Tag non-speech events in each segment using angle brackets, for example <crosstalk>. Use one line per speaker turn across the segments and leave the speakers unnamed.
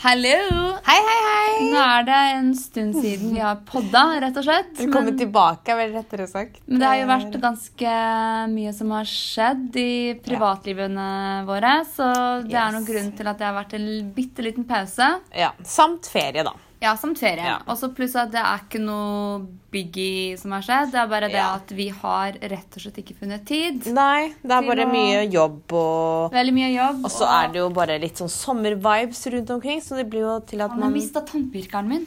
Hallo!
Hei, hei, hei!
Nå er det en stund siden vi har podda, rett og slett.
Velkommen tilbake, vel rettere sagt.
Men det har jo vært ganske mye som har skjedd i privatlivene våre, så det er noen
Yes.
grunn til at det har vært en bitte liten pause.
Ja, Samt ferie, da.
Ja, samt ferie.
Ja.
Og så pluss at det er ikke noe biggie som har skjedd, det er bare det
Ja.
at vi har rett og slett ikke funnet tid.
Nei, det er
Vi
bare
må-
mye jobb og
Veldig mye jobb.
Og så er det jo bare litt sånn sommervibes rundt omkring, så det blir jo til at
Han har
man
mista tannpirkeren min.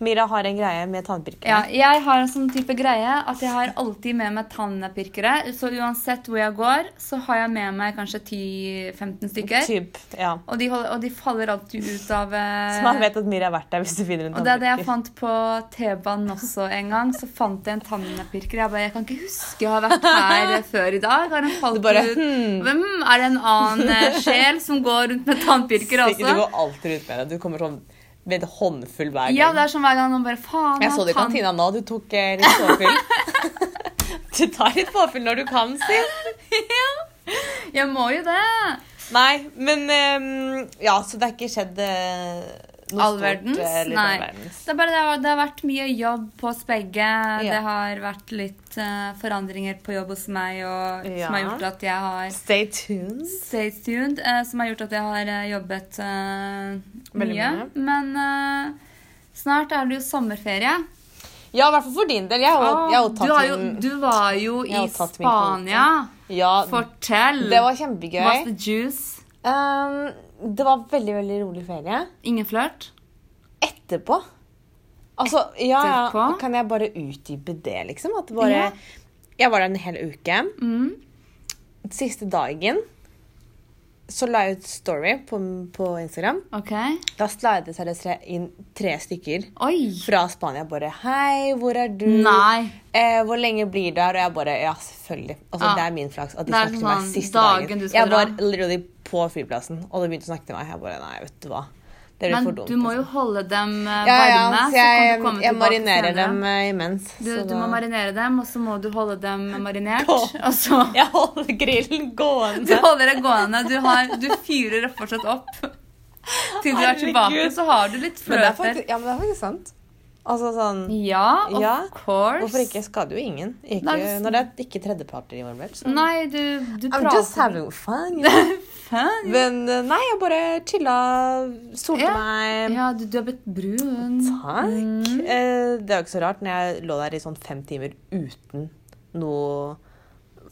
Mira har en greie med tannpirkere.
Ja, jeg har en sånn type greie at jeg har alltid med meg tannpirkere. Så uansett hvor jeg går, så har jeg med meg kanskje 10-15 stykker.
Typ, ja.
Og de, holder, og de faller alltid ut av eh,
Så man vet at Mira har vært der hvis du finner en
Og det er det jeg
tannpirker.
fant på T-banen også en gang. Så fant jeg en tannpirker. Jeg bare, jeg kan ikke huske jeg har vært her
<laughs>
eh, før i dag. Har den falt
Du bare, hmm.
ut? Hvem er det en annen eh, sjel som går rundt med tannpirker
Du
også?
går alltid ut med det. Du kommer sånn med en håndfull hver gang.
Ja, det er sånn hver gang noen bare Faen,
Jeg så det i
tann-
kantina nå. Du tok eh, litt påfyll. <laughs> du tar litt påfyll når du kan, Siv.
ja. Jeg må jo det.
Nei, men ehm, Ja, så det er ikke skjedd eh, noe
All verdens?
stort. eh, eller
Nei.
all verdens.
Det, er bare, det, har, det har vært mye jobb på oss begge. Det har vært litt eh, forandringer på jobb hos meg og,
Ja.
som har gjort at jeg har
Stay tuned.
Stay tuned, eh, som har gjort at jeg har eh, jobbet eh,
Veldig
mye.
mye.
Men eh, snart er det jo sommerferie.
Ja, i hvert fall for din del. Jeg har jo, jeg har jo
Ah, du,
tatt
har jo,
min-
du var jo
Jeg
i
har tatt min
Spania.
Ja,
Fortell!
det var kjempegøy.
What's the juice?
Ehm, det var veldig, veldig rolig ferie.
Ingen flørt?
Etterpå Altså, ja, ja,
Etterpå?
kan jeg bare utdype det, liksom? At bare
Ja.
Jeg var der en hel uke.
Mm.
Siste dagen så la jeg ut story på, på Instagram.
OK.
Da slidet jeg seriøst tre- inn tre stykker
Oi!
fra Spania bare Hei, hvor er du?
Nei.
Eh, hvor lenge blir du her? Og jeg bare Ja, selvfølgelig. Altså,
Ja.
Det er min flaks at de
Ah. Det er
snakket til meg
sånn
siste
dagen
dagen.
du skal
jeg
dra.
var literally på flyplassen, og de begynte å snakke til meg. Jeg bare Nei, vet du hva. Det blir
Men
for dumt.
du må
altså.
jo holde dem eh, varme.
ja, ja, så
kan
jeg,
du komme
jeg
tilbake
marinerer
senere.
dem eh, imens.
Du,
så
du må
da-
marinere dem, og så må du holde dem marinert.
På.
Og så
<laughs> Jeg holder grillen
<laughs> Du
gående.
holder det gående. Du, har, du fyrer fortsatt opp. Til du er
Herregud.
tilbake, så har du litt
Men det, er
fløter.
faktisk, ja, men det er faktisk sant. Altså sånn
Ja, of
Ja,
course.
Hvorfor ikke? Skader jo ingen. Ikke,
Nei,
når det er ikke tredjeparter involvert. Så.
Nei, du, du
I'm just
prater
having fun. you know.
Faen.
Men eh, nei, jeg bare chilla, solte
Ja.
meg.
Ja, du, du har blitt brun.
Takk.
Mm.
Eh, Det er jo ikke så rart når jeg lå der i sånn fem timer uten noe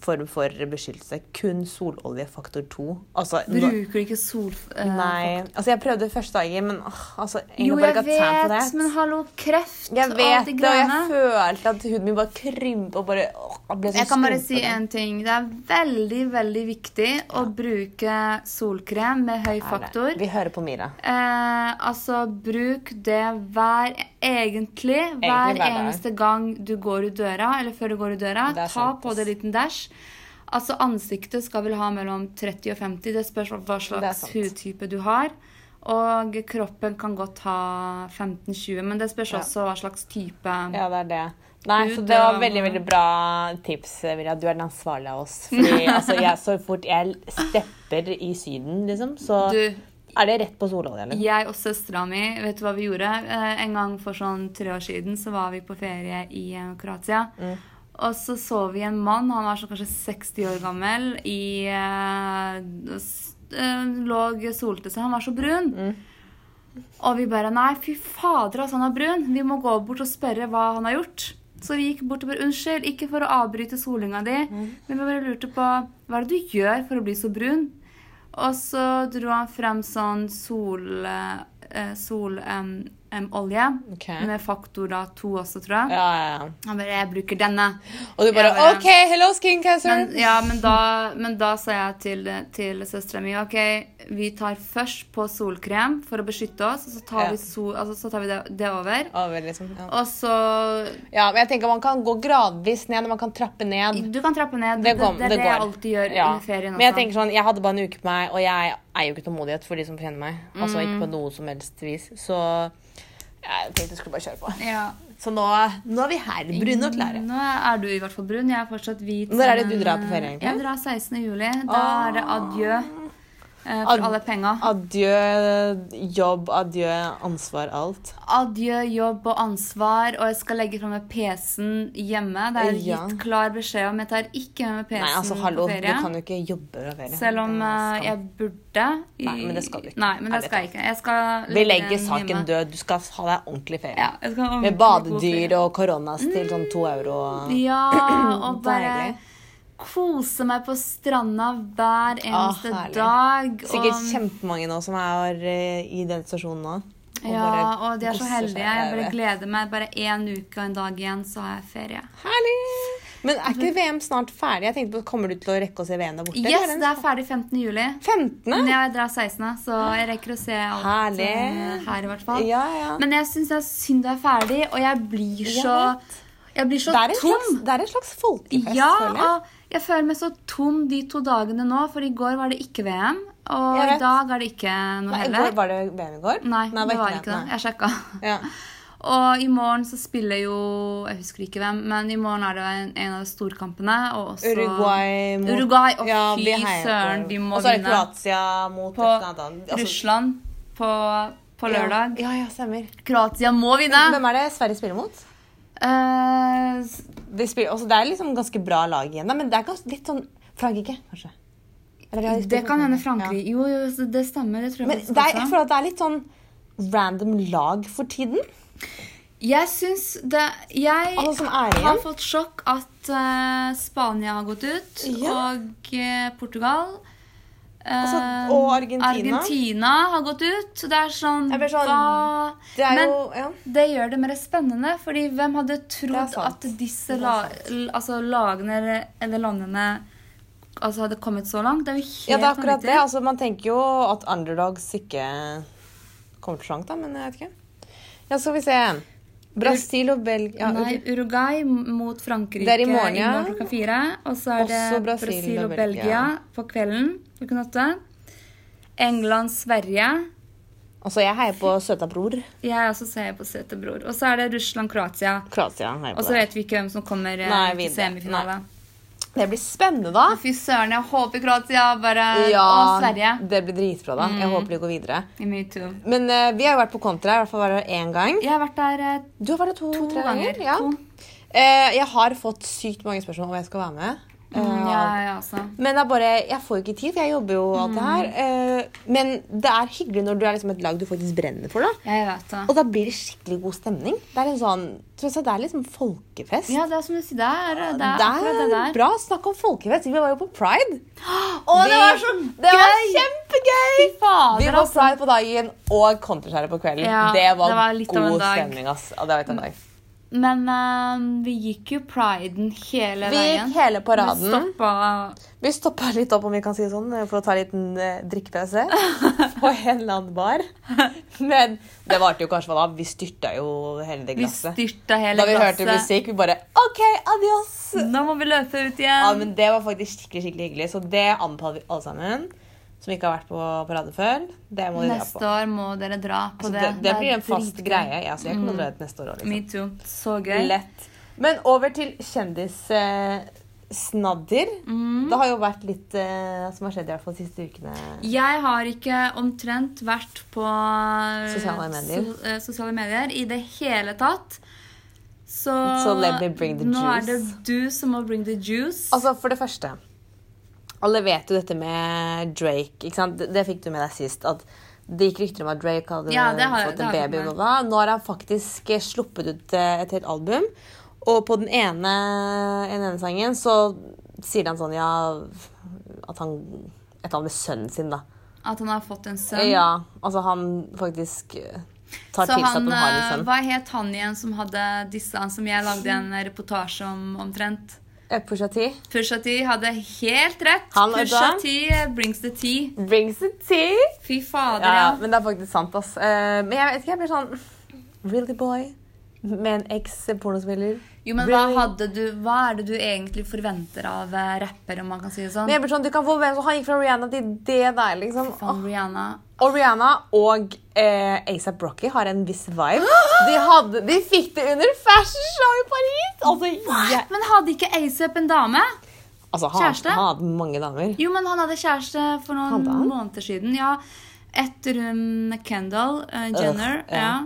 form for beskyttelse. Kun sololje faktor to. Altså, nå-
Bruker du ikke sol... eh,
nei. altså jeg prøvde første dagen, men åh, altså,
Jo,
egentlig bare
jeg
got time for
vet,
that.
men hallo, kreft
Jeg
og alt
vet
de
det, og jeg
greiene.
følte at huden min bare krympa og bare åh, jeg ble så
Jeg kan bare si
skrumpete.
en ting. Det er veldig, veldig viktig å bruke solkrem med høy
Er det-
faktor.
Vi hører på Mira.
Eh, altså, bruk det hver Egentlig hver
hver dag.
eneste gang du går ut døra, eller før du går ut døra.
Det
Ta
er sant,
på
ass.
deg en liten dash. Altså, ansiktet skal vel ha mellom 30 og 50. Det spørs hva slags
sant.
hudtype du har. Og kroppen kan godt ha 15-20, men det spørs
Ja.
også hva slags type
Ja, det er det. Nei, så
Gud,
det var
det var-
veldig veldig bra tips, Mira. Du er den ansvarlige av
<laughs>
oss. Fordi altså, jeg, så fort jeg stepper i Syden, liksom, så
du
er det rett på sololje. Liksom.
Jeg og søstera mi, vet du hva vi gjorde? Eh, en gang for sånn tre år siden så var vi på ferie i eh, Kroatia. Og så så vi en mann, han var sånn kanskje 60 år gammel, i eh, s- eh, Låg solte seg, han var så brun. Og vi bare Nei, fy fader, altså, han er brun! Vi må gå bort og spørre hva han har gjort. Så vi gikk bort og bare Unnskyld, ikke for å avbryte solinga di,
Mm.
men vi bare lurte på Hva er det du gjør for å bli så brun? Og så dro han frem sånn sol... Eh, sol em, em, olje
Ok.
med faktor da to også, tror jeg.
Ja, ja, ja.
Han bare 'Jeg bruker denne'.
Og du bare
Ja, ja.
OK, hello, skin cancer!
Men, ja, men da, men da sa jeg til, til søstera mi ok, vi tar først på solkrem for å beskytte oss, og så tar
Ja.
vi, sol, altså, så tar vi det, det over.
Over, liksom. ja.
Og så
ja, men jeg tenker Man kan gå gradvis ned, man kan trappe ned.
Du kan trappe ned.
Det,
Det, det,
kom,
det er det, jeg
går.
alltid gjør
Ja.
under ferien.
Men jeg
også.
tenker sånn, jeg hadde bare en uke på meg, og jeg er jo ikke tålmodighet for de som kjenner meg. Altså ikke på
Mm.
noe som helst vis. Så jeg tenkte jeg skulle bare kjøre på.
ja.
Så nå, nå er vi her, brune og klare.
Nå er du i hvert fall brun. Jeg er fortsatt hvit.
Når er det
men,
du drar på ferie,
eh,
egentlig?
Jeg drar 16. juli. Da er det adjø. Eh, eh,
Ad-
for alle penga.
Adjø jobb, adjø ansvar, alt.
Adjø jobb og ansvar, og jeg skal legge fra meg PC-en hjemme. Det er
Ja.
gitt klar beskjed om jeg tar ikke med meg PC-en
Nei, altså hallo,
på
du
ferie.
kan jo ikke jobbe fra ferie.
Selv om
Det er
eh,
skam.
jeg burde. i-
Nei, men det skal du ikke.
Nei, men
Nei,
det
det
skal jeg ikke. Jeg skal
Vi legger
den
saken
hjemme.
død. Du skal ha deg ordentlig ferie.
Ja, jeg skal ha
Med
ordentlig god ferie. Mm.
badedyr og koronas til sånn to euro.
<clears throat>
<clears throat>
Ja, og bare
Deilig.
kose meg på stranda hver eneste
herlig.
dag.
Sikkert
og-
kjempemange nå som er eh, i den stasjonen nå. og
Ja,
bare
og de er så
koser
heldige.
seg
Jeg
der.
bare gleder meg. Bare én uke og en dag igjen, så har jeg ferie.
Herlig! Men er ikke VM snart ferdig? Jeg tenkte på, Kommer du til å rekke å se VM der borte?
Mhm. Yes,
eller?
det er ferdig 15. juli.
15.
Men jeg drar 16., så jeg rekker å se alt
Herlig.
eh, her i hvert fall.
Ja, ja.
Men jeg syns det er synd det er ferdig, og jeg blir så Jeg blir så
det, er en
tom.
slags, det er en slags folkefest,
ja,
føler jeg.
og jeg føler meg så tom de to dagene nå, for i går var det ikke VM, og
Jeg
i
vet.
dag er det ikke noe
Nei, i går,
heller.
var det VM i går?
Nei, det var ikke det.
nei.
Jeg sjekka.
Ja.
<laughs> Og i morgen så spiller jo Jeg husker ikke hvem, men i morgen er det en, en av storkampene. Og også
Uruguay mot
Uruguay, Å,
Ja, vi
fy
heier på-
søren, de må
Og så er det
vinne.
Kroatia mot
På
et eller annet annet. Altså,
Russland på, på lørdag.
Ja, ja, stemmer.
Kroatia må vinne!
Hvem er det Sverige spiller mot?
Eh, s-
De spiller, altså, det er liksom ganske bra lag igjen, da, men det er kanskje litt sånn Frankrike, kanskje? Eller de har spilt
det
mot
kan hende Frankrike Jo, jo, så det stemmer. Det tror
Ja.
jeg
Men
faktisk
det er, jeg
også.
føler at det er litt sånn random lag for tiden.
Jeg syns det Jeg
Alle som er
har
igjen.
fått sjokk at eh, Spania har gått ut,
Ja.
og eh, Portugal. eh,
Altså, og Argentina.
Argentina har gått ut. Så det er sånn,
Jeg blir sånn,
hva-
Det er
Men
jo ja.
det gjør det mer spennende, fordi hvem hadde
Det
trodd
er sant.
at disse
Det er
la, l- altså, lagene eller- eller landene altså, hadde kommet så langt? Det er jo helt
ja, det er akkurat
vanvittig.
det. Altså, man tenker jo at underdogs ikke kommer så langt, da, men jeg vet ikke. Ja, så skal vi se. Brasil og Belgia ja,
Nei, Uruguay mot Frankrike
Det er i morgen, ja.
klokka fire. Og så er det
Også
Brasil,
Brasil
og
og
Belgia.
Belgia.
på kvelden klokken åtte. England-Sverige.
Altså, jeg heier på søta bror.
Jeg også ser på søte bror. Og så er det Russland-Kroatia.
Kroatia heier
Og
på
så
det.
vet vi ikke hvem som kommer eh,
Nei,
til
videre.
semifinale.
Det blir spennende, da. Eh,
Fy søren, jeg håper Kroatia bare Og Sverige. Mm.
det blir dritbra, da. Jeg håper de går videre.
Me too.
Men eh, vi har jo vært på kontra, i hvert fall var det én gang.
Jeg har vært der eh,
Du har vært der to,
to
tre ganger.
ganger.
Ja.
To.
Eh, jeg har fått sykt mange spørsmål om jeg skal være med. Eh,
Mm, ja, ja, altså.
Men det er bare, jeg får jo ikke tid, for jeg jobber jo og alt det
Mm.
her. Eh, Men det er hyggelig når du er liksom et lag du faktisk brenner for. da.
Jeg vet det.
Og da blir det skikkelig god stemning. Det er en sånn, tross alt, det er liksom folkefest.
Ja, det er som du sier. Det er det, er
det
akkurat det
er
der.
bra. Snakk om folkefest. Vi var jo på pride.
Å, det var så
Det var
gøy!
kjempegøy!
fader,
Vi var
altså.
pride på dagen og kontraskjæret på kvelden.
Ja,
det var,
det var litt av en
god
dag.
stemning. ass. Ja, det var litt av en dag.
Men eh, vi gikk jo priden hele
Vi
veien.
gikk hele
Vi eh,
paraden.
stoppa
Vi stoppa litt opp om vi kan si det sånn, for å ta en liten
<laughs>
eh, drikkepause på en eller annen bar. Men det varte jo kanskje hva da? Vi styrta jo hele det
Vi
glasset.
styrta hele
da vi
glasset.
hørte musikk, vi bare OK, adios!
Nå må vi løpe ut igjen.
Ja, men Det var faktisk skikkelig skikkelig hyggelig, så det anbefaler vi alle sammen. Som ikke har vært på parade før. Det må dere dra på.
Neste år må dere dra på
Så
det.
det, det
er
blir en fast
dritgøy. Mm.
greie. Ja, så jeg kommer til å dra ut neste år òg. Liksom.
Me too. Så gøy.
Lett. Men over til kjendissnadder.
Mm.
Det har jo vært litt eh, som har skjedd i hvert fall de siste ukene.
Jeg har ikke omtrent vært på
Sosiale medier.
so- eh, sosiale medier i det hele tatt. Så,
So let me bring the
nå er det
juice.
du som må bring the juice.
Altså, for det første Alle vet jo dette med Drake. Ikke sant? Det, det fikk du med deg sist. At det gikk rykter om at Drake hadde
Ja, det har-
fått
det har
en
jeg
baby.
fått med.
og bla, bla. Nå har han faktisk eh, sluppet ut eh, et helt album. Og på den ene, den ene sangen så sier han sånn, ja At han Et eller annet med sønnen sin, da.
At han har fått en sønn.
Ja, altså han faktisk eh, tar
Så
til seg at
han,
han har sånn en
eh,
sønn.
hva het han igjen som hadde disse, han som jeg lagde en reportasje om omtrent?
Eh, Pusha T.
Pusha T hadde helt rett.
Han og
Pusha
da?
T brings the tea.
Brings the tea.
Fy fader,
Ja,
ja.
men det er faktisk sant, ass. Eh, men jeg vet ikke, jeg blir sånn Really boy med en eks-pornospiller.
Jo, men hva, hadde du, hva er det du egentlig forventer av eh, rapper, om man kan si det sånn?
Men jeg blir sånn, du kan få hvem som Han gikk fra Rihanna til det der, liksom.
Faen, Rihanna.
Og Rihanna og eh, ASAP Rocky har en viss vibe. De, hadde, de fikk det under fashion show i Paris! Altså, jeg,
Men hadde ikke ASAP en dame?
Altså, han,
Kjæreste?
han hadde mange damer.
Jo, men han hadde kjæreste for noen
Hadde han?
måneder siden. Ja, etter hun Kendal eh, Jenner.
ja.
ja.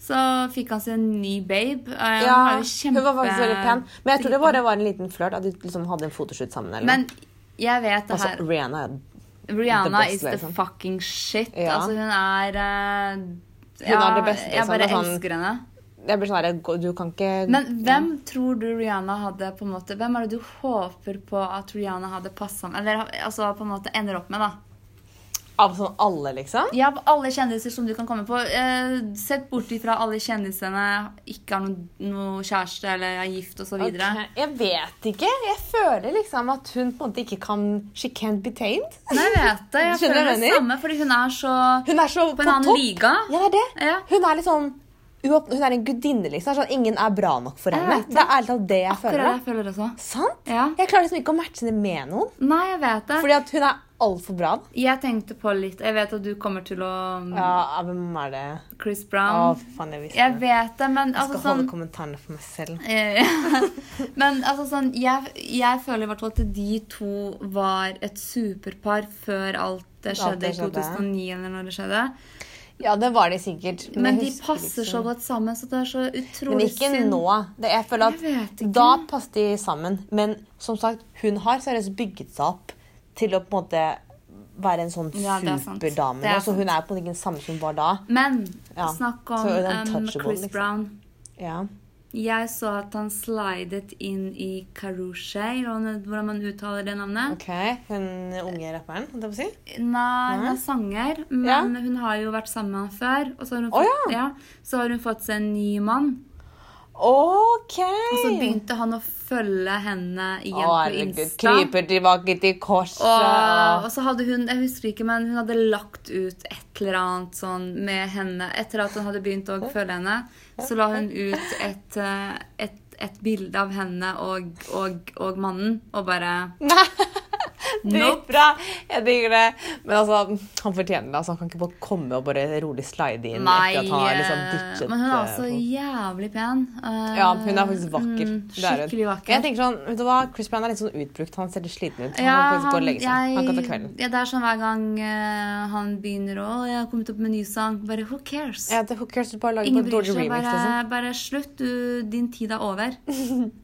Så fikk han seg en ny babe. Eh, han
Ja,
var jo
Hun var faktisk veldig pen. Men jeg tror det
kjempe-
bare var en liten flørt. At de liksom hadde en fotoshoot sammen. Eller
Men
noe.
jeg vet det
altså,
her.
Rihanna er-
Rihanna
the best,
is the
liksom.
fucking shit.
Ja.
Altså, hun er eh,
Hun er det beste,
Jeg
liksom.
bare
Det er sånn-
elsker henne.
Jeg blir sånn her, Du kan ikke
Men hvem tror du Rihanna hadde på en måte Hvem er det du håper på at Rihanna hadde passa med? Eller altså på en måte ender opp med, da.
Av sånn alle, liksom?
Ja, på alle kjendiser som du kan komme på. Eh, sett bort ifra alle kjendisene ikke har noen noe kjæreste eller er gift osv. videre
Ok, Jeg vet ikke. Jeg føler liksom at hun på en måte ikke kan She can't be tamed.
Nei, jeg vet det. Jeg
<laughs> Skjønner
føler det
du hva jeg mener?
samme, fordi hun er så
Hun er så
på en annen
topp.
liga.
Ja, det er det.
Ja.
Hun er litt sånn uopp- Hun er en gudinne, liksom. Sånn, ingen er bra nok for
Jeg
henne.
vet det.
Det er ærlig talt det jeg
Akkurat det
føler.
jeg føler også.
Sant?
Ja.
Jeg klarer liksom ikke å matche henne med noen.
Nei, jeg vet det.
Fordi at hun er altfor bra. da.
Jeg tenkte på litt Jeg vet at du kommer til å
Ja, hvem er det?
Chris
Å,
Brown.
faen, jeg visste
Jeg
det.
vet det, men
Jeg skal
altså sånn
holde kommentarene for meg selv.
Eh, <laughs> Men altså sånn, jeg, jeg føler i hvert fall at de to var et superpar før alt det
Alt
skjedde
det
i
skjedde.
2009 eller når det skjedde.
Ja, det var de sikkert.
Men
men jeg
de
husker
passer
ikke.
så
liksom.
godt sammen, så det er så
Men
utrolig
ikke
synd.
nå. Det, jeg føler at
Jeg vet ikke.
Da passet de sammen. Men som sagt, hun har seriøst bygget seg opp til å på en måte være en sånn
Ja, det er sant.
superdame.
Det er
nå, Så hun er på en måte ikke den samme som hun var da.
Men
Ja,
snakk om
så er det
em,
untouchable,
Chris
liksom.
Brown.
Ja.
Jeg så at han slidet inn i Karushay, hvordan man uttaler det navnet.
Ok, Hun unge rapperen, holdt jeg på å si.
Nei, hun er sanger, men
Ja.
hun har jo vært sammen med han før. Og så har hun
Å,
fått, ja. så har hun fått seg en ny mann.
OK!
Og så begynte han å følge henne igjen
Å,
Altså, på
herregud.
Insta.
Kryper tilbake til korset.
Og,
Og... <laughs>
og så hadde hun jeg husker ikke, men hun hadde lagt ut et eller annet sånn med henne. Etter at hun hadde begynt å følge henne, så la hun ut et, eh, et, et bilde av henne og, og, og mannen. Og bare
Dritbra! Jeg digger det. Men altså, han fortjener det. Altså, han kan ikke bare komme og bare rolig slide inn
Nei.
etter at han har liksom
eh,
ditchet
men hun er
eh,
også
folk.
jævlig pen. Eh,
Ja, hun er faktisk vakker.
mm,
Det er hun.
skikkelig vakker.
Men Jeg tenker sånn, vet du hva, Chris Brown er litt sånn utbrukt. Han ser litt sliten ut. Han
Ja,
må faktisk gå og legge seg. Han kan ta
jeg-
kvelden.
Ja, det er sånn hver gang eh, han begynner å «Å, 'Jeg har kommet opp med en ny sang', bare 'Who cares?'
Ja, det who cares, du bare lager
Ingen
bare
bryr
dårlig
seg.
remix, liksom.
Bare, bare slutt, du. Din tid er over.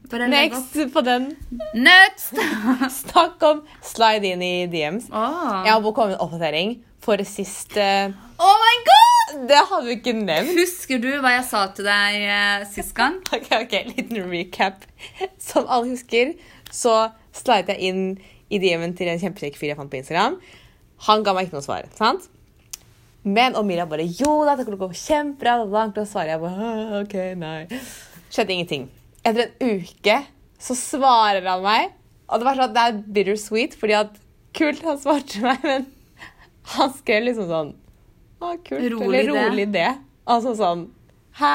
Bare legg opp.
<laughs> Next på den.
Next! <laughs>
Snakk om slide inn i DMs.
Åh.
Jeg har bare kommet med en oppdatering for sist eh,
Oh my god!
Det hadde vi ikke nevnt. <laughs>
Husker du hva jeg sa til deg eh, sist gang?
Ok, ok, liten recap. Som alle husker, så slidet jeg inn i DM-en til en kjempekjekk fyr jeg fant på Instagram. Han ga meg ikke noe svar, sant? Men og Miriam bare Jo da, det kommer til å gå kjempebra. Da kommer til å svare. Jeg bare «Åh, OK, nei. Skjedde ingenting. Etter en uke så svarer han meg, og det var sånn at det er bittersweet, fordi at Kult, han svarte meg, men han skrev liksom sånn Å, kult.
Rolig
eller
det.
rolig det. Altså sånn Hæ?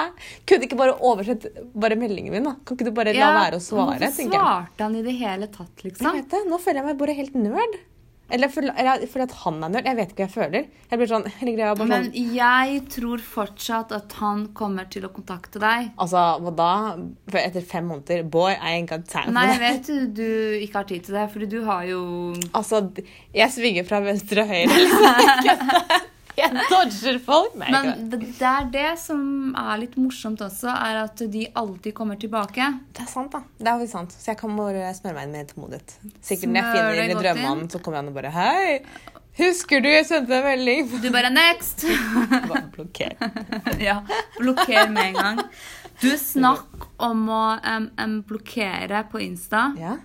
Kunne du ikke bare oversett bare meldingen min, da? Kan ikke du bare la være å svare?
Hvorfor
tenker jeg.
svarte han i det hele tatt,
Jeg
liksom?
vet det. Nå føler jeg meg bare helt nerd. Eller jeg føler- eller jeg føler at han er nerd. Jeg vet ikke hva jeg føler. Jeg blir sånn, hele greia er bare sånn
Men jeg tror fortsatt at han kommer til å kontakte deg.
Altså, hva da? For etter fem måneder Boy, I ain't got time
Nei, jeg
for that.
vet du, du ikke har tid til det, fordi du har jo
Altså, d- jeg svinger fra venstre og høyre,
<laughs>
liksom. jeg dodger folk. Nei, ikke det.
Men det det er det som er litt morsomt også, er at de alltid kommer tilbake.
det er sant, da. Det er faktisk sant. Så jeg kan bare smøre meg inn med tålmodighet. Sikkert når jeg
Smør
finner
deg
inn i
godt inn.
drømmene, så kommer han og bare Hei, husker du jeg sendte en melding?
Du bare 'next'!
<laughs> Bare blokker.
ja, blokker med en gang. Du snakk om å em, em, blokkere på Insta.
Ja.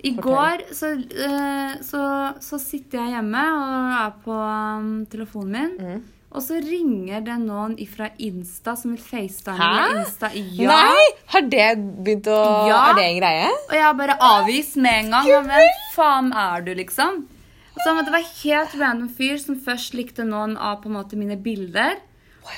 I
fortell.
går så, eh, så, så sitter jeg hjemme og er på em, telefonen min.
Mm.
Og så ringer det noen ifra Insta som vil facetime
Hæ?
med Insta. Ja.
Nei! Har det begynt å
Ja.
Er det en greie?
Og jeg bare avvis med en gang. Men hvem faen er du, liksom? Så han- Det var helt random fyr som først likte noen av på en måte mine bilder.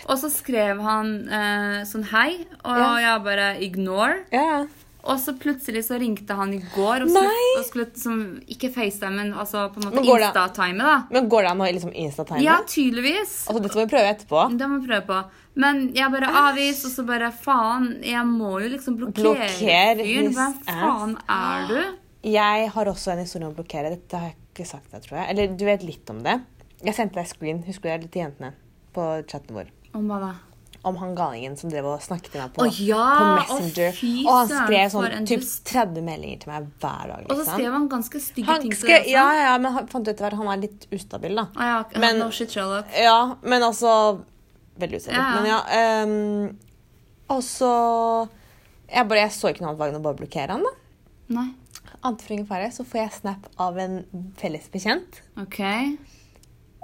Og så skrev han eh, sånn hei, og
Ja.
jeg bare ignore.
Ja.
Og så plutselig så ringte han i går og skulle,
Nei.
og skulle som, ikke FaceTime, men altså på en måte
Men går det-
Insta-time, da.
Men går det an å liksom instatime?
Ja, tydeligvis.
Altså, dette må vi prøve etterpå.
Det må vi prøve på. Men jeg bare avvis, og så bare faen, jeg må jo liksom blokkere
Blokker
fyren.
his
Hvem faen er du?
Jeg har også en historie om å blokkere. Dette har jeg ikke sagt deg, tror jeg. Eller du vet litt om det. Jeg sendte deg screen, husker du det, til jentene på chatten vår.
Om hva da?
Om han galingen som drev og snakket til meg på,
Å ja!
på
Å,
Messenger.
fy
og han
søren,
skrev
for
sånn
en
typ
dust.
30 meldinger til meg hver dag.
Og så
liksom.
skrev han ganske stygge
han
ting til
skrev,
deg også.
ja, ja, men han fant ut etter hvert han var litt ustabil, da.
Ah, ja, ok.
Men-
no shit, Sherlock.
Ja, men altså Veldig ustabil.
Ja.
Men ja. ehm, og så jeg, bare, jeg så ikke noe annet valg enn å bare blokkere han, da.
Nei.
Annet for ingen fare, så får jeg snap av en felles bekjent.
OK.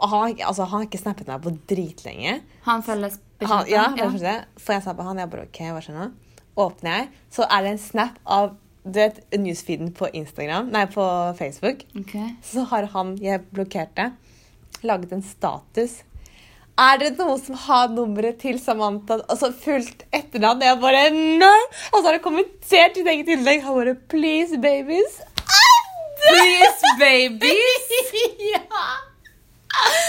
Og han, har ikke- altså, han har ikke snappet meg på dritlenge.
Han felles
Han,
bekjent.
ja, bare for å se. Får jeg snap av han, jeg bare OK, hva skjer nå? Åpner jeg, så er det en snap av du vet, newsfeeden på Instagram, nei, på Facebook.
OK.
Så har han jeg blokkerte, laget en status. Er det noen som har nummeret til Samantha? Altså fullt etternavn. Jeg bare Nei! Og så har han kommentert sitt eget innlegg. Han bare Please, babies.
Please, <laughs> babies!
ja!
Men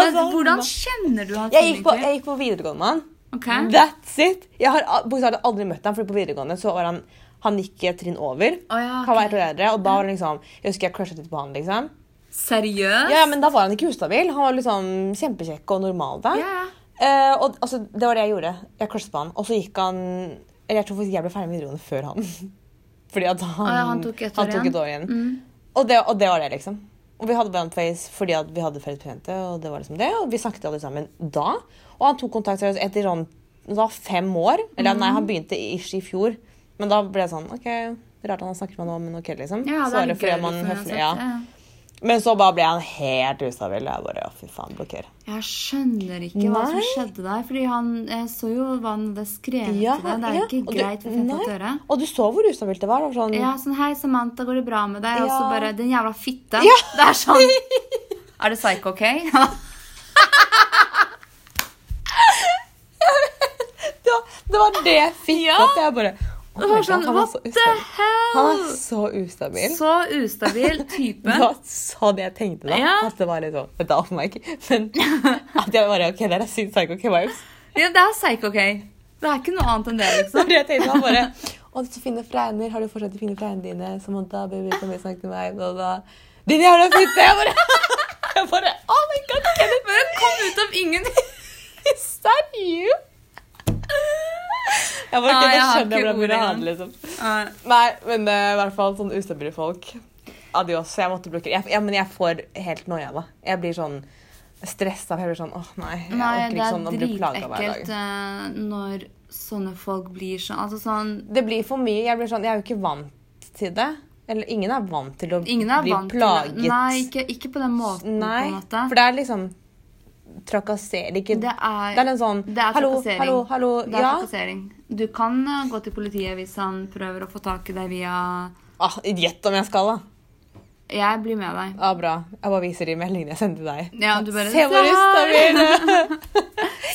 Altså,
Hvordan kjenner du han?
jeg gikk, på, Mm.
egentlig?
jeg gikk på videregående med han.
Ok.
That's it! Jeg har al- bokstavelig talt aldri møtt ham, for på videregående så var han han gikk et trinn over.
Å ja,
Han var
ok.
et år eldre, og da var han liksom Jeg husker jeg crushet litt på han, liksom.
Seriøst?
Ja, ja, men da var han ikke ustabil. Han var liksom kjempekjekk og normal da.
Ja, ja.
Eh, og altså, det var det jeg gjorde. Jeg crushet på han, og så gikk han Eller jeg tror faktisk jeg ble ferdig med videregående før han. <laughs> Fordi at han,
Å ja, han tok et år igjen. Mm.
tok et år igjen. Og, det, og det var det, liksom. Og vi hadde Bandface fordi at vi hadde felles bekjente, og det var liksom det. Og vi snakket alle sammen da. Og han tok kontakt seriøst etter sånn da fem år. Eller nei,
Mm.
han begynte ish i fjor. Men da ble det sånn OK, rart han snakker med meg nå, men OK, liksom.
Ja, det er
Svarer
litt
fordi
gøy,
man
liksom,
høflig.
uansett.
Ja.
Ja, ja.
Men så bare ble han helt ustabil. og Jeg bare, ja, fy faen, blokker.
Jeg skjønner ikke hva som
Nei.
skjedde der. Fordi han jeg så jo hva han hadde skrevet til deg. Det er jo
og
ikke
du-
greit for Fett
nei.
å høre.
Og du så hvor ustabilt det var. Det var sånn,
Ja, sånn Hei, Samantha, går det bra med deg? Og så
Ja.
bare Den jævla fitta.
<laughs> Ja.
<laughs> Det er sånn Er det psycho, OK? <laughs>
<laughs> det, var, det var det jeg fikk
Ja.
at jeg bare oh
Det
my
var
God,
sånn
han er
What
så
the
ustabil. Han
hell?
er så ustabil.
Så ustabil type.
<laughs> Det var sånn jeg tenkte da.
Ja.
At det var litt sånn Det daff meg ikke, men <laughs> at jeg bare OK, det er sykt psycho
<laughs>
kebabs.
Ja, det er psycho, OK? Det er ikke noe annet enn det,
Så <laughs>
liksom.
det jeg tenkte var bare Å, så fine fregner. Har du fortsatt de fine fregnene dine? Samantha, baby, kom og snakk til meg. Bla, bla. Din jævla fitte! Jeg bare, <laughs> jeg bare Oh my God, Kenneth.
Bare kom ut av
<laughs>
ingenting.
Is that you? Jeg bare
Ah,
ikke
jeg har
skjønner
ikke
hvordan
ord
vi har
igjen.
det, liksom.
Uh,
Nei, men eh, i hvert fall sånn ustabile folk. Adios. Jeg måtte blokkere. Jeg, ja, men jeg får helt noia, da. Jeg blir sånn stressa. Jeg blir sånn åh, nei. Jeg
Nei,
orker
det
ikke
er
sånn å bli plaga hver
dritekkelt
dag.
eh, når sånne folk blir sånn Altså sånn
Det blir for mye. Jeg blir sånn Jeg er jo ikke vant til det. Eller ingen er vant til å
Ingen er
bli
vant
plaget.
til det. Nei, ikke, ikke på den måten,
Nei,
på en måte.
for det er liksom Trakassering ikke
Det er,
Det er en sånn
det er
Hallo,
trakassering.
hallo, hallo.
Det er
ja.
trakassering. Du kan eh, gå til politiet hvis han prøver å få tak i deg via
Ah, Gjett om jeg skal, da.
Jeg blir med deg.
Ja, bra. Jeg bare viser de meldingene jeg sendte deg.
Ja, du bare,
Se hvor
«Se
rusta vi
<laughs>
<laughs>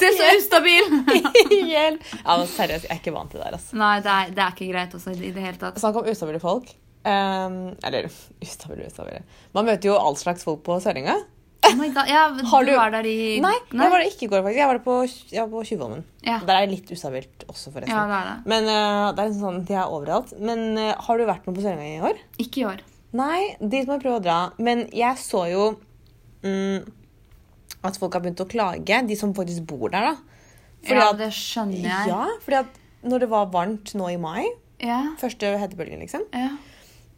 Se så ustabil!
er! ja, men seriøst, jeg er ikke vant til det her, altså.
Nei, det er, det er ikke greit også i det hele
<laughs>
tatt.
Snakk om ustabile folk. Ehm, eller <laughs> ustabile, ustabile. Man møter jo all slags folk på Sørenga.
Oh my God. Ja, du,
Har du-
var der i
Nei, jeg var det ikke i går, faktisk. Jeg var det på, jeg var på Tjuvholmen.
Ja.
Der er det litt ustabilt også, forresten.
Ja, det er det.
Men eh, det er liksom sånn at de er overalt. Men eh, har du vært noe på Sørenga i år?
Ikke i år.
Nei, dit må jeg prøve å dra. Men jeg så jo mm, at folk har begynt å klage, de som faktisk bor der, da. Fordi
ja,
at-
det skjønner jeg.
Ja, fordi at når det var varmt nå i mai,
Ja.
første hetebølgen, liksom,
ja.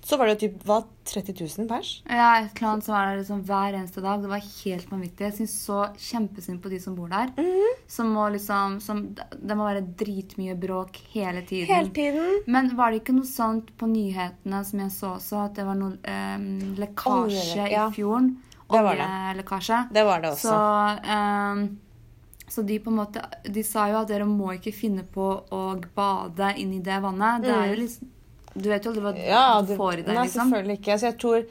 så var det jo typ hva, 30 000 pers.
ja et eller annet som var der liksom hver eneste dag. Det var helt vanvittig. Jeg syns så kjempesynd på de som bor der. Som må liksom som, Det må være dritmye bråk hele tiden.
Hele tiden.
Men var det ikke noe sånt på nyhetene som jeg så også, at det var noe ehm, lekkasje
Olje, ja.
i fjorden?
Det var det.
Oljelekkasje.
Det var det også.
Så, ehm, så de på en måte De sa jo at dere må ikke finne på å bade inni det vannet. Det er jo liksom Du vet jo aldri hva
Mm. Ja,
du får i det,
nei,
liksom.
selvfølgelig ikke. Så jeg tror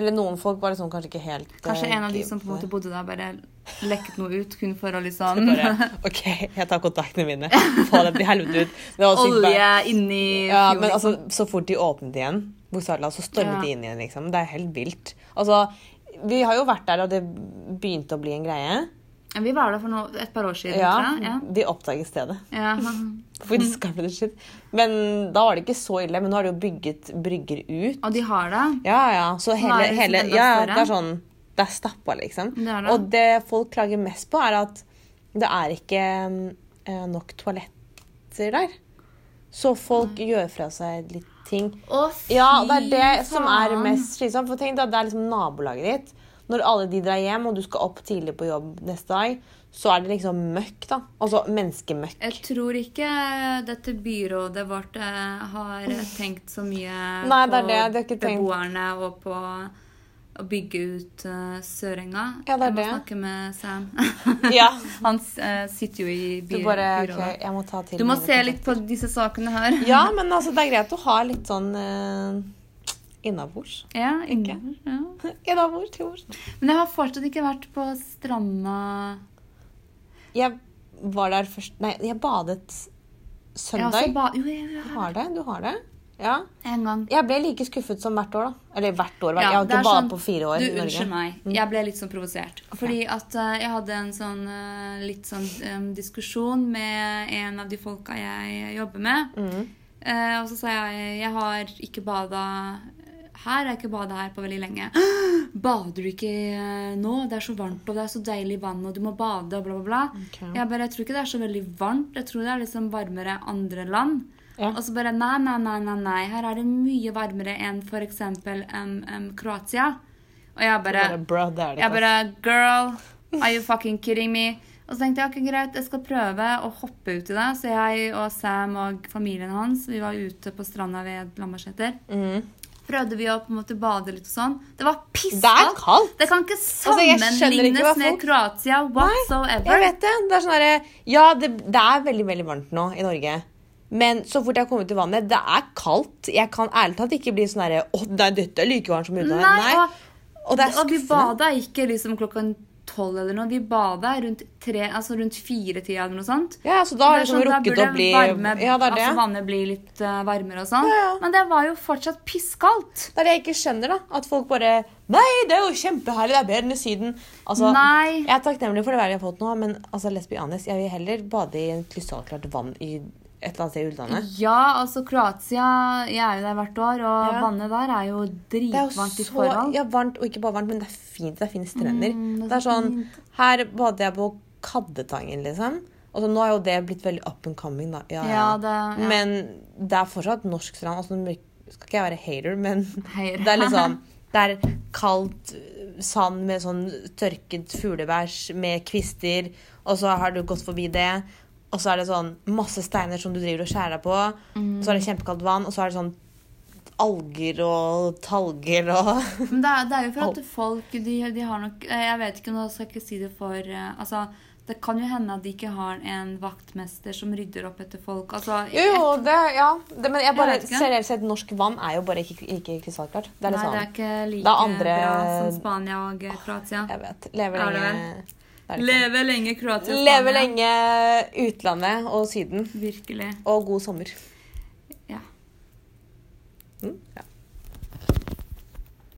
Eller noen folk var liksom kanskje ikke helt
Kanskje
eh,
en av de
keen
som på en
det.
<laughs> måte bodde der, bare lekket noe ut kun for å liksom
<laughs> bare, OK, jeg tar kontaktene mine. Få dem til helvete ut. Det var sykt
<laughs> Olje
bare-
inni
Ja,
fjorden,
men
liksom.
altså, så fort de åpnet igjen, bokstavelig talt, så stormet
Ja.
de inn igjen, liksom. Det er helt vilt. Altså, vi har jo vært der, og det begynte å bli en greie.
Vi var der for noe, et par år siden.
Ja,
tror jeg.
de oppdaget stedet.
Ja.
<laughs>
ja.
For
Mm.
discovered the shit. Men da var det ikke så ille. Men nå har de jo bygget brygger ut.
Og de har det.
Ja, ja. Så
er
hele,
det liksom
hele
enda
ja, ja,
større.
Det er sånn Det er stappa, liksom.
Det er det.
Og det folk klager mest på, er at det er ikke eh, nok toaletter der. Så folk gjør fra seg litt ting.
Å, fy
Ja, og det er det som er
faen.
mest slitsomt. For tenk deg at det er liksom nabolaget ditt. Når alle de drar hjem, og du skal opp tidlig på jobb neste dag, så er det liksom møkk, da. Altså menneskemøkk.
Jeg tror ikke dette byrådet vårt eh, har tenkt så mye
Nei,
på
det er det, de har ikke tenkt.
beboerne og på å bygge ut eh, Sørenga.
Ja, det er
jeg må
det.
snakke med Sam.
<laughs> Ja.
Han eh, sitter jo i
Du
by
bare OK,
byrådet.
jeg må ta til
Du må
meg
se litt på disse sakene her.
Ja, men altså, det er greit å ha litt sånn uh, innabords.
<laughs>
<laughs>
Ja, ikke? Ja.
Innabords, til bords.
Men jeg har fortsatt ikke vært på stranda.
Jeg var der først Nei, jeg badet
Jeg har også
søndag.
ba jo, jeg, jeg,
Du har det? Du har det? Ja.
har- en gang.
Jeg ble like skuffet som hvert år, da. Eller hvert år. hvert- jeg har
det er
ikke badet
sånn-
på fire år
Du,
i Norge.
unnskyld meg.
Mm.
Jeg ble litt sånn provosert. Fordi at eh, jeg hadde en sånn eh, litt sånn em, diskusjon med en av de folka jeg jobber med.
Mm.
Eh, og så sa jeg jeg har ikke bada her. Jeg har ikke bada her på veldig lenge. <gasps> Bader du ikke eh, nå? Det er så varmt, og det er så deilig vann, og du må bade, og bla, bla, bla.
Ok.
Jeg bare, jeg tror ikke det er så veldig varmt. Jeg tror det er liksom varmere andre land.
Ja.
Og så bare nei, nei, nei, nei, nei. Her er det mye varmere enn f.eks. Um, um, Kroatia. Og jeg bare,
Bare, bro, det er det
jeg bare Girl, are you fucking kidding me? Og så tenkte jeg ok, greit, jeg skal prøve å hoppe ut i det. Så jeg og Sam og familien hans vi var ute på stranda ved Lambertseter.
ikke, ass. Mhm.
Prøvde vi å på en måte bade litt og sånn. Det var
Det er
pisskaldt!
kaldt!
Det kan ikke
Altså, jeg
sammenlignes
skjønner ikke hva
med
folk-
Kroatia
Jeg
whatsoever.
vet det. Det er sånn derre Ja, det, det er veldig, veldig varmt nå i Norge. Men så fort jeg kommer ut i vannet Det er kaldt. Jeg kan ærlig talt ikke bli sånn derre Å, nei, dette er like varmt som i utlandet.
Nei, og-
Og, det er
Og vi
skuffende.
bada ikke liksom klokka tolv eller noe. Vi bada rundt, tre, altså rundt fire-tida eller noe sånt.
Ja, så da har det liksom
sånn, da
rukket
burde
å bli
varme,
Ja, det er det.
Altså vannet blir litt eh, varmere og sånn.
Ja, ja.
Men det var jo fortsatt pisskaldt.
Det er det jeg ikke skjønner, da. At folk bare Nei, det er jo kjempeherlig, det er bedre enn i Syden. Altså,
Nei.
Jeg er takknemlig for det været jeg har fått nå, men altså, let's be honest, jeg vil heller bade i en krystallklart vann i et eller annet sted i utlandet.
Ja, altså Kroatia Jeg er jo der hvert år, og
Ja.
vannet der er jo
Det er jo
dritvarmt i
så
forhold.
ja, varmt, og ikke bare varmt, men det er fint. Det er fine strender.
Mm, det er
det er
så
sånn, Her badet jeg på Kaddetangen, liksom. Og så nå er jo det blitt veldig up and coming, da. Ja, ja.
Ja, det- ja.
Men det er fortsatt norsk strand. Altså, nå skal ikke jeg være hater, men
Hater.
det er liksom Det er kaldt sand med sånn tørket fuglebæsj med kvister, og så har du gått forbi det. Og så er det sånn masse steiner som du driver og skjærer deg på. Så er det kjempekaldt vann, og så er det sånn alger og talger og <laughs>
Men det er, det er jo for at folk de, de har nok eh, Jeg vet ikke, nå skal jeg ikke si det for eh, Altså, det kan jo hende at de ikke har en vaktmester som rydder opp etter folk. Altså,
Jo, jo, det, ja. Det, men jeg bare,
Jeg vet ikke.
seriøst sett, norsk vann er jo bare ikke, ikke krystallklart. Det er litt
Nei,
sånn
det er ikke like
Det er andre-
bra som Spania og eh, Kroatia.
Jeg vet. Leve
Er det
lenge
vel?
det er litt sånn.
Leve lenge Kroatia og
Leve
Spania.
lenge utlandet og Syden.
Virkelig.
Og god sommer.
Ja.
Mm, ja.